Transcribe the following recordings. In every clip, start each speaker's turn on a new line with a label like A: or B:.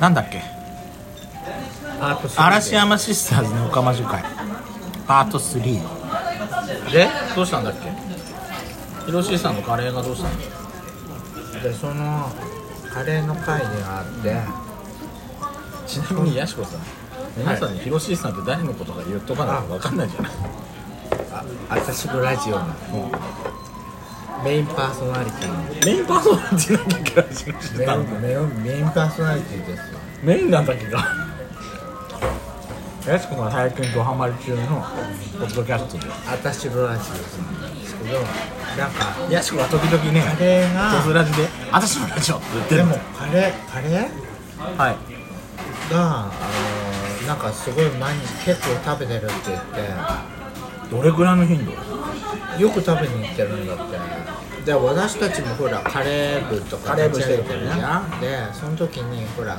A: なんだっけ
B: パート3
A: 嵐山シスターズのオカマ樹会パート3
B: で
A: どうしたんだっけヒロシーさんのカレーがどうしたんだ
B: でそのカレーの会があって
A: ちなみにヤシコさん皆さんにヒロシーさんって誰のことか言っとかないと分かんないじゃない
B: あ私のラジオのメインパーソナリティの
A: メインパーソナリティなんだっけラジオシー
B: メ
A: さ
B: イン
A: ん
B: メインメインパーソナリティですよ
A: メインなんだっけかヤシコさん最近ドハマり中のポッドキャストで
B: 私のラジオなんですけどなんか
A: ヤシコは時々ね
B: カレー
A: ドス
B: が
A: ラジで「私のラジオ」って言って
B: で
A: る
B: もカレーカレー
A: はい
B: が、あのーなんかすごい毎日結構食べてるって言っ
A: どれぐらいの頻度
B: てよく食べに行ってるんだってで私たちもほらカレー部とか
A: カレー部してる
B: 立ち上げじゃんでその時にほら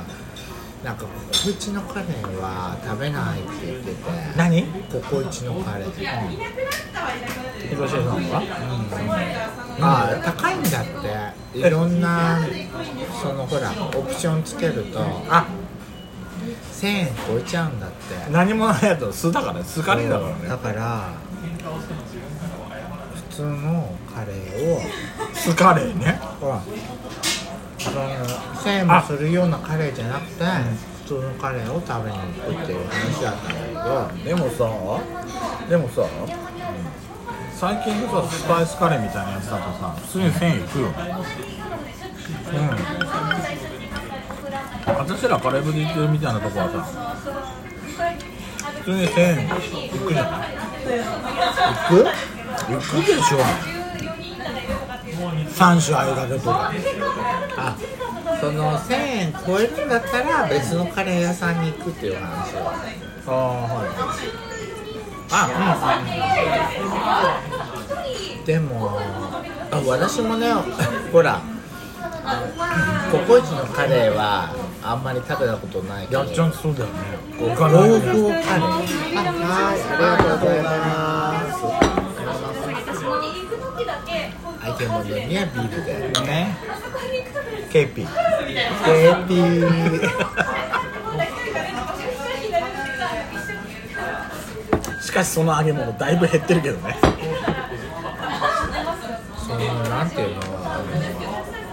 B: なんかココイチのカレーは食べないって言ってて
A: 何
B: ココイチのカレー、
A: ヒロシーさんは
B: ああ高いんだっていろんなそのほらオプションつけると
A: あ
B: 1000円超えちゃうんだって
A: 何もないやつ酢だからね酢カレーだからね
B: だから普通のカレーを
A: 酢カレーね
B: ほらその1000円もするようなカレーじゃなくて普通のカレーを食べに行くっていう話だったんだけど
A: でもさでもさ、最近のさスパイスカレーみたいなやつだとさ普通に1000円いくよねうん私らカレー部で行ってるみたいなとこはさ普通に1000円いくじゃない
B: 行く
A: いくでしょ3種あゆだけとか
B: あその1000円超えるんだったら別のカレー屋さんに行くっていう話を
A: ああはい
B: あうんでもあ私もねほらあのココイチのカレーはあんまり食べたことないけど
A: やっちゃんってそうだよねお金な
B: 豆
A: い
B: 腐カレ
A: ね
B: ーあはいありがとうございます相手もねビールで
A: ねケーピー
B: ケーピー
A: しかしその揚げ物だいぶ減ってるけどね
B: そのなんていうの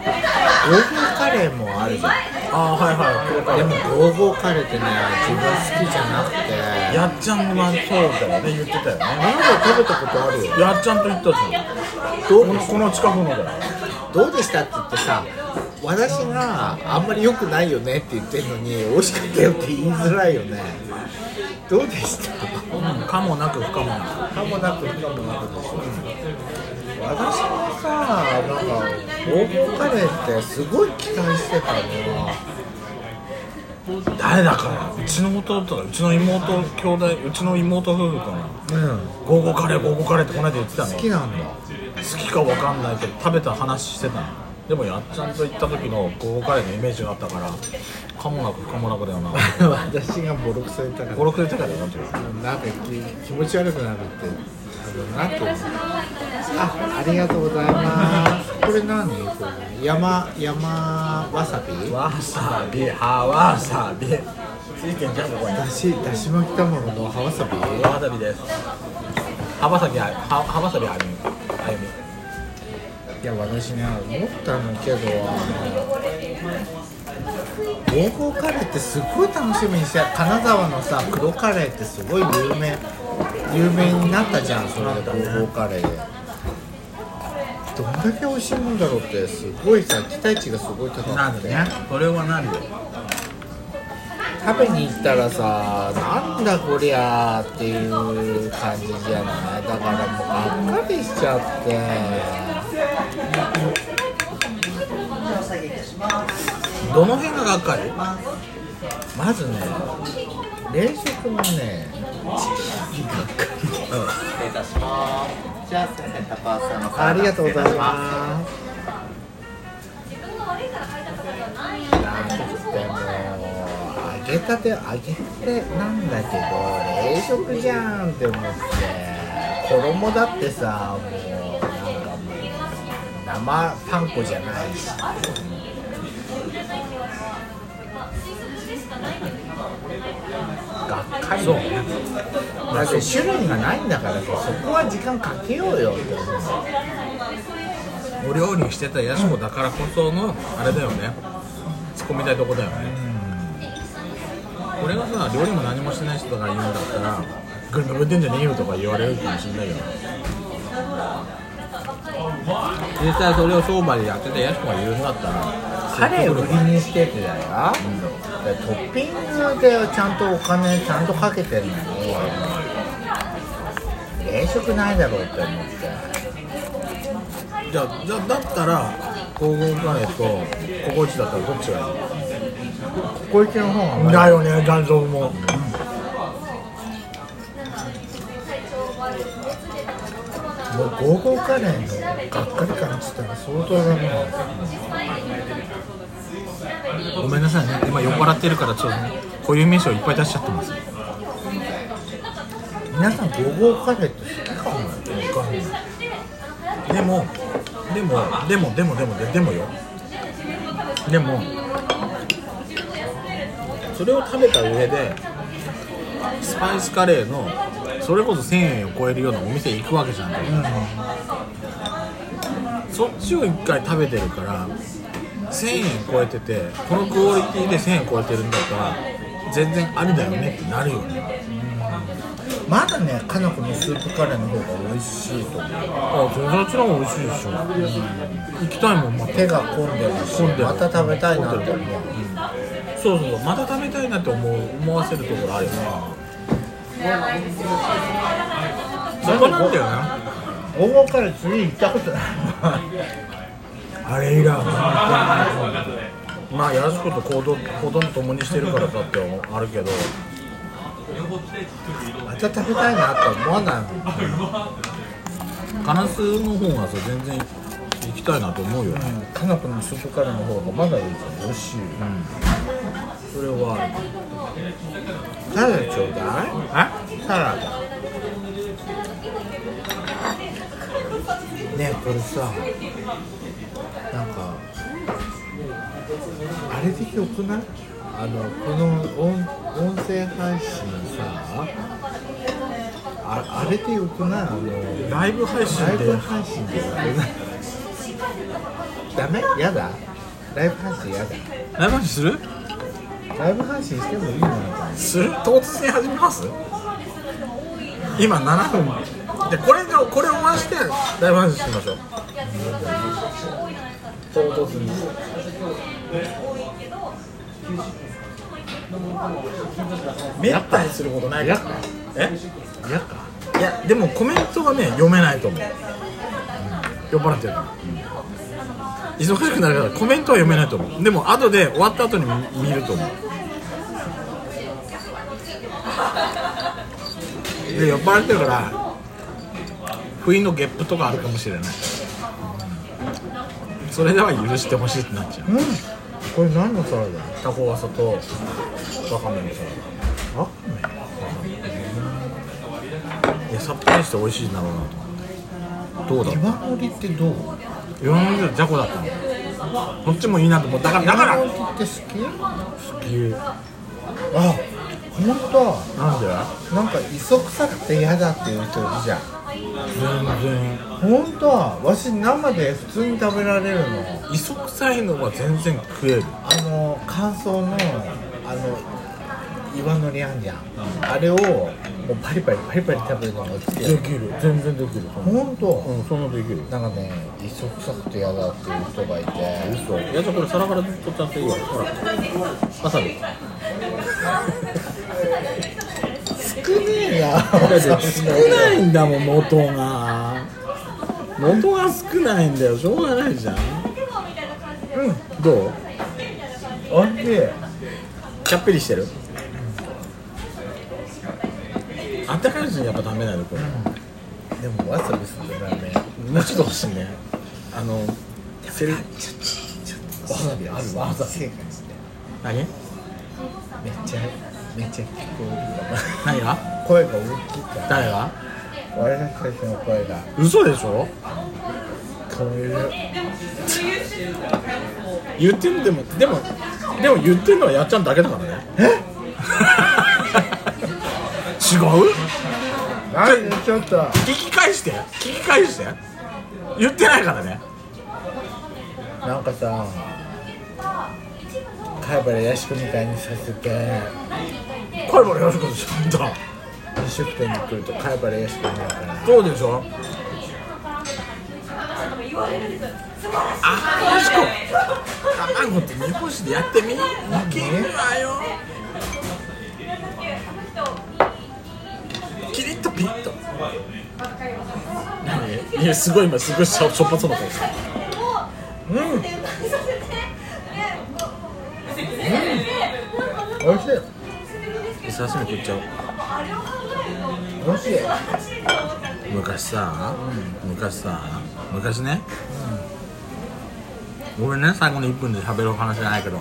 B: あのゴーゴーカレーもあるじゃん
A: ああはいはいこれ
B: でもゴーゴーカレーってね自分好きじゃなくて
A: やっちゃんはそうだよね言ってたよね
B: あなた食べたことあるよ
A: やっちゃんと言ったじゃんどうこのこの近くのだよ
B: どうでしたって言ってさ私があんまり良くないよねって言ってるのに美味しかったよって言いづらいよねどうでした
A: うんかもなく不可もなく
B: かもなく不可もなくでしょ私もさなんかゴーゴーカレーってすごい期待してたの
A: 誰だからうちの弟とかうちの妹兄弟うちの妹夫婦かな
B: うん
A: ゴーゴーカレーゴーゴーカレーってこの間言ってたの
B: 好
A: 好
B: きなんだ
A: きかわかんないけど食べた話してたのでもやっちゃんと行った時のゴーゴーカレーのイメージがあったからかもなく不可もなくだよな
B: 私がボロクソ言ったから
A: 56で言ってたよなって
B: なんか気気持ち悪くなるってあのなんていうのあありがとうございますこれ何これ山山わさび
A: わさびはわさびついてんじゃんここに
B: だしだし巻き卵の葉わさび
A: わさびです浜崎あは浜崎あゆみあゆみ
B: いや私ね思ったんだけど英語カレーってすごい楽しみにして金沢のさ黒カレーってすごい有名有名になったじゃんそれで合カレーでどんだけ美味しいもんだろうってすごいさ期待値がすごい高くて
A: それはなるよ
B: 食べに行ったらさなんだこりゃーっていう感じじゃないだからもうがっかりしちゃって
A: どの辺ががっかり
B: まずね冷食もね
C: じゃあ、すみません、高橋さんの
B: ありがとうございますなんてもう揚げたて揚げてなんだけど冷食じゃんって思って衣だってさもうなんかもう生パン粉じゃないしがっかり
A: そう
B: だねだって種類がないんだからさそこは時間かけようよって思う
A: お料理してたやしこだからこそのあれだよね突っ込みたいとこだよね俺がさ料理も何もしてない人だから言うんだったら「グルメぶってんじゃねえよ」とか言われるかもしんないけど実際それを商売でやっててやしこが言うんだったら
B: カレーを売りにしててだよ、でトッピングでちゃんとお金ちゃんとかけてるのに冷食ないだろうって思って
A: じゃあじゃあだったら皇后カレーとココイチだったらどっちがいい
B: ここ行きの方がまだ
A: だよね、残像も。
B: もうゴーゴーカレーのがっかり感っつったら相当だね
A: ごめんなさいね、今酔っ払ってるから、ちょっとねこういう名称いっぱい出しちゃってます。
B: 皆さんゴーゴーカレーって好きかも
A: でも、でも、でも、でも、でも、ででもよ。でも。それを食べた上で。スパイスカレーの。それこそ1000円を超えるようなお店行くわけじゃん。そっちを一回食べてるから1000円超えててこのクオリティで1000円超えてるんだから全然ありだよねってなるよね
B: まだねかなこのスープカレーの方が美味しいと思う
A: あ全然ちろん美味しいでしょ、行きたいもんまた
B: 手が込んでるし
A: 混んでる
B: また食べたいなって思う
A: そうそうまた食べたいなって思う思わせるところあるよねそこなんだよね
B: ゴーゴーカレー次行ったことない
A: あれ以来まあやらしこと行動行動と共にしてるからだってあるけど
B: また食べたいなって思わないもん
A: カナスの方がさ全然行きたいなと思うよね、
B: かなこのスープカレーの方がまだいいから美味しい、
A: それはある
B: サラダちょうだいサラダねえこれさなんかあれでよくないあのこの音音声配信さああれでよくないあの
A: ライブ配信
B: ライ
A: で
B: ブ配信でよくないダメやだライブ配信やだ
A: ライブ配信する
B: ライブ配信してもいいのかな
A: する唐突に始めます今7分でこれがこれを回してライブ配信しましょう唐突にめったにすることないからえ
B: 嫌か
A: いやでもコメントがね読めないと思う酔っ払ってるから、忙しくなるからコメントは読めないと思うでも後で終わった後に見見ると思うで酔っ払ってるから不意のゲップとかあるかもしれないそれでは許してほしいってなっちゃう
B: うんこれ何のサラダ
A: タコワサとわかめのサラ
B: あ
A: ダいやさっぱりして美味しいんだろうなと思ってどうだろう
B: 今盛りってどう
A: 40じゃこだったのこっちもいいなと思っただからだから
B: 今盛りって好き
A: な
B: あ本
A: んで
B: 当なんか磯臭くて嫌だっていう人いるじゃん
A: 全然
B: 本当わし生で普通に食べられるの
A: 磯臭いのは全然食える
B: あの乾燥のあの岩のりあんじゃんあれをもうパリパリパリパリ食べるのが好き
A: できる全然できる
B: 本
A: う
B: 当
A: んそんなできる
B: なんかね磯臭くて嫌だっていう人がいて
A: 嘘いやじゃあこれ皿からずっとちゃっていいわほらわさび
B: 少ねえな
A: 少ないんだもん元が元が少ないんだよしょうがないじゃんうんどう
B: おいしい
A: ちゃっぴりしてるあったかいうちにやっぱダメなのこれ
B: でもわさびするラーメン
A: もうちょっと欲しいねあのセル
B: わさびあるわさび
A: 何
B: めっちゃめっちゃ聞こえ
A: 何が
B: る声が大きいから
A: 誰が
B: 我らたちの声が
A: 嘘でしょ
B: 聞こえる
A: 言ってるでもでもでも言ってるのはやっちゃんだけだからね え違う
B: 何ちょっと
A: 聞き返して聞き返して言ってないからね
B: なんかさ貝原やしこみたいにさせて
A: 声もよろしくでしょほんと
B: 飲食店に来ると貝原やしこになるから
A: そうでしょあよしこ卵って煮干しでやってみいけるわよキリッとピリッと何いやすごい今すごいしょしょっぱそうな顔してる
B: 美味しい
A: 刺身食っちゃおう
B: 美味しい
A: 昔さ、昔さ昔ね、ごめんね最後の1分で喋るお話じゃないけど、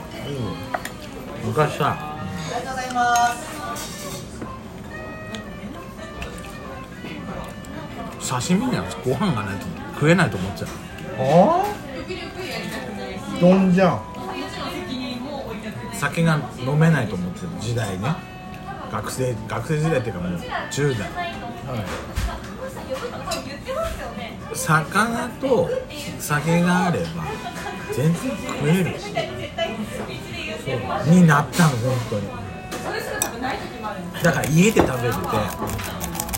A: 昔さ刺身にはご飯がないと食えないと思っちゃう
B: ああ丼じゃん
A: 酒が飲めないと思ってる時代ね学生学生時代っていうかもう10代魚と酒があれば全然食えるになったの本当にだから家で食べてて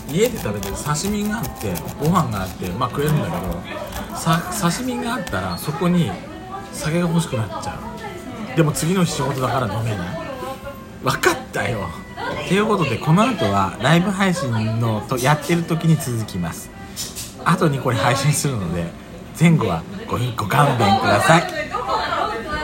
A: 家で食べてて刺身があってご飯があってまあ食えるんだけどさ刺身があったらそこに酒が欲しくなっちゃうでも次の日仕事だから飲めない分かったよということでこの後はライブ配信のとやってる時に続きます後にこれ配信するので前後はごご勘弁ください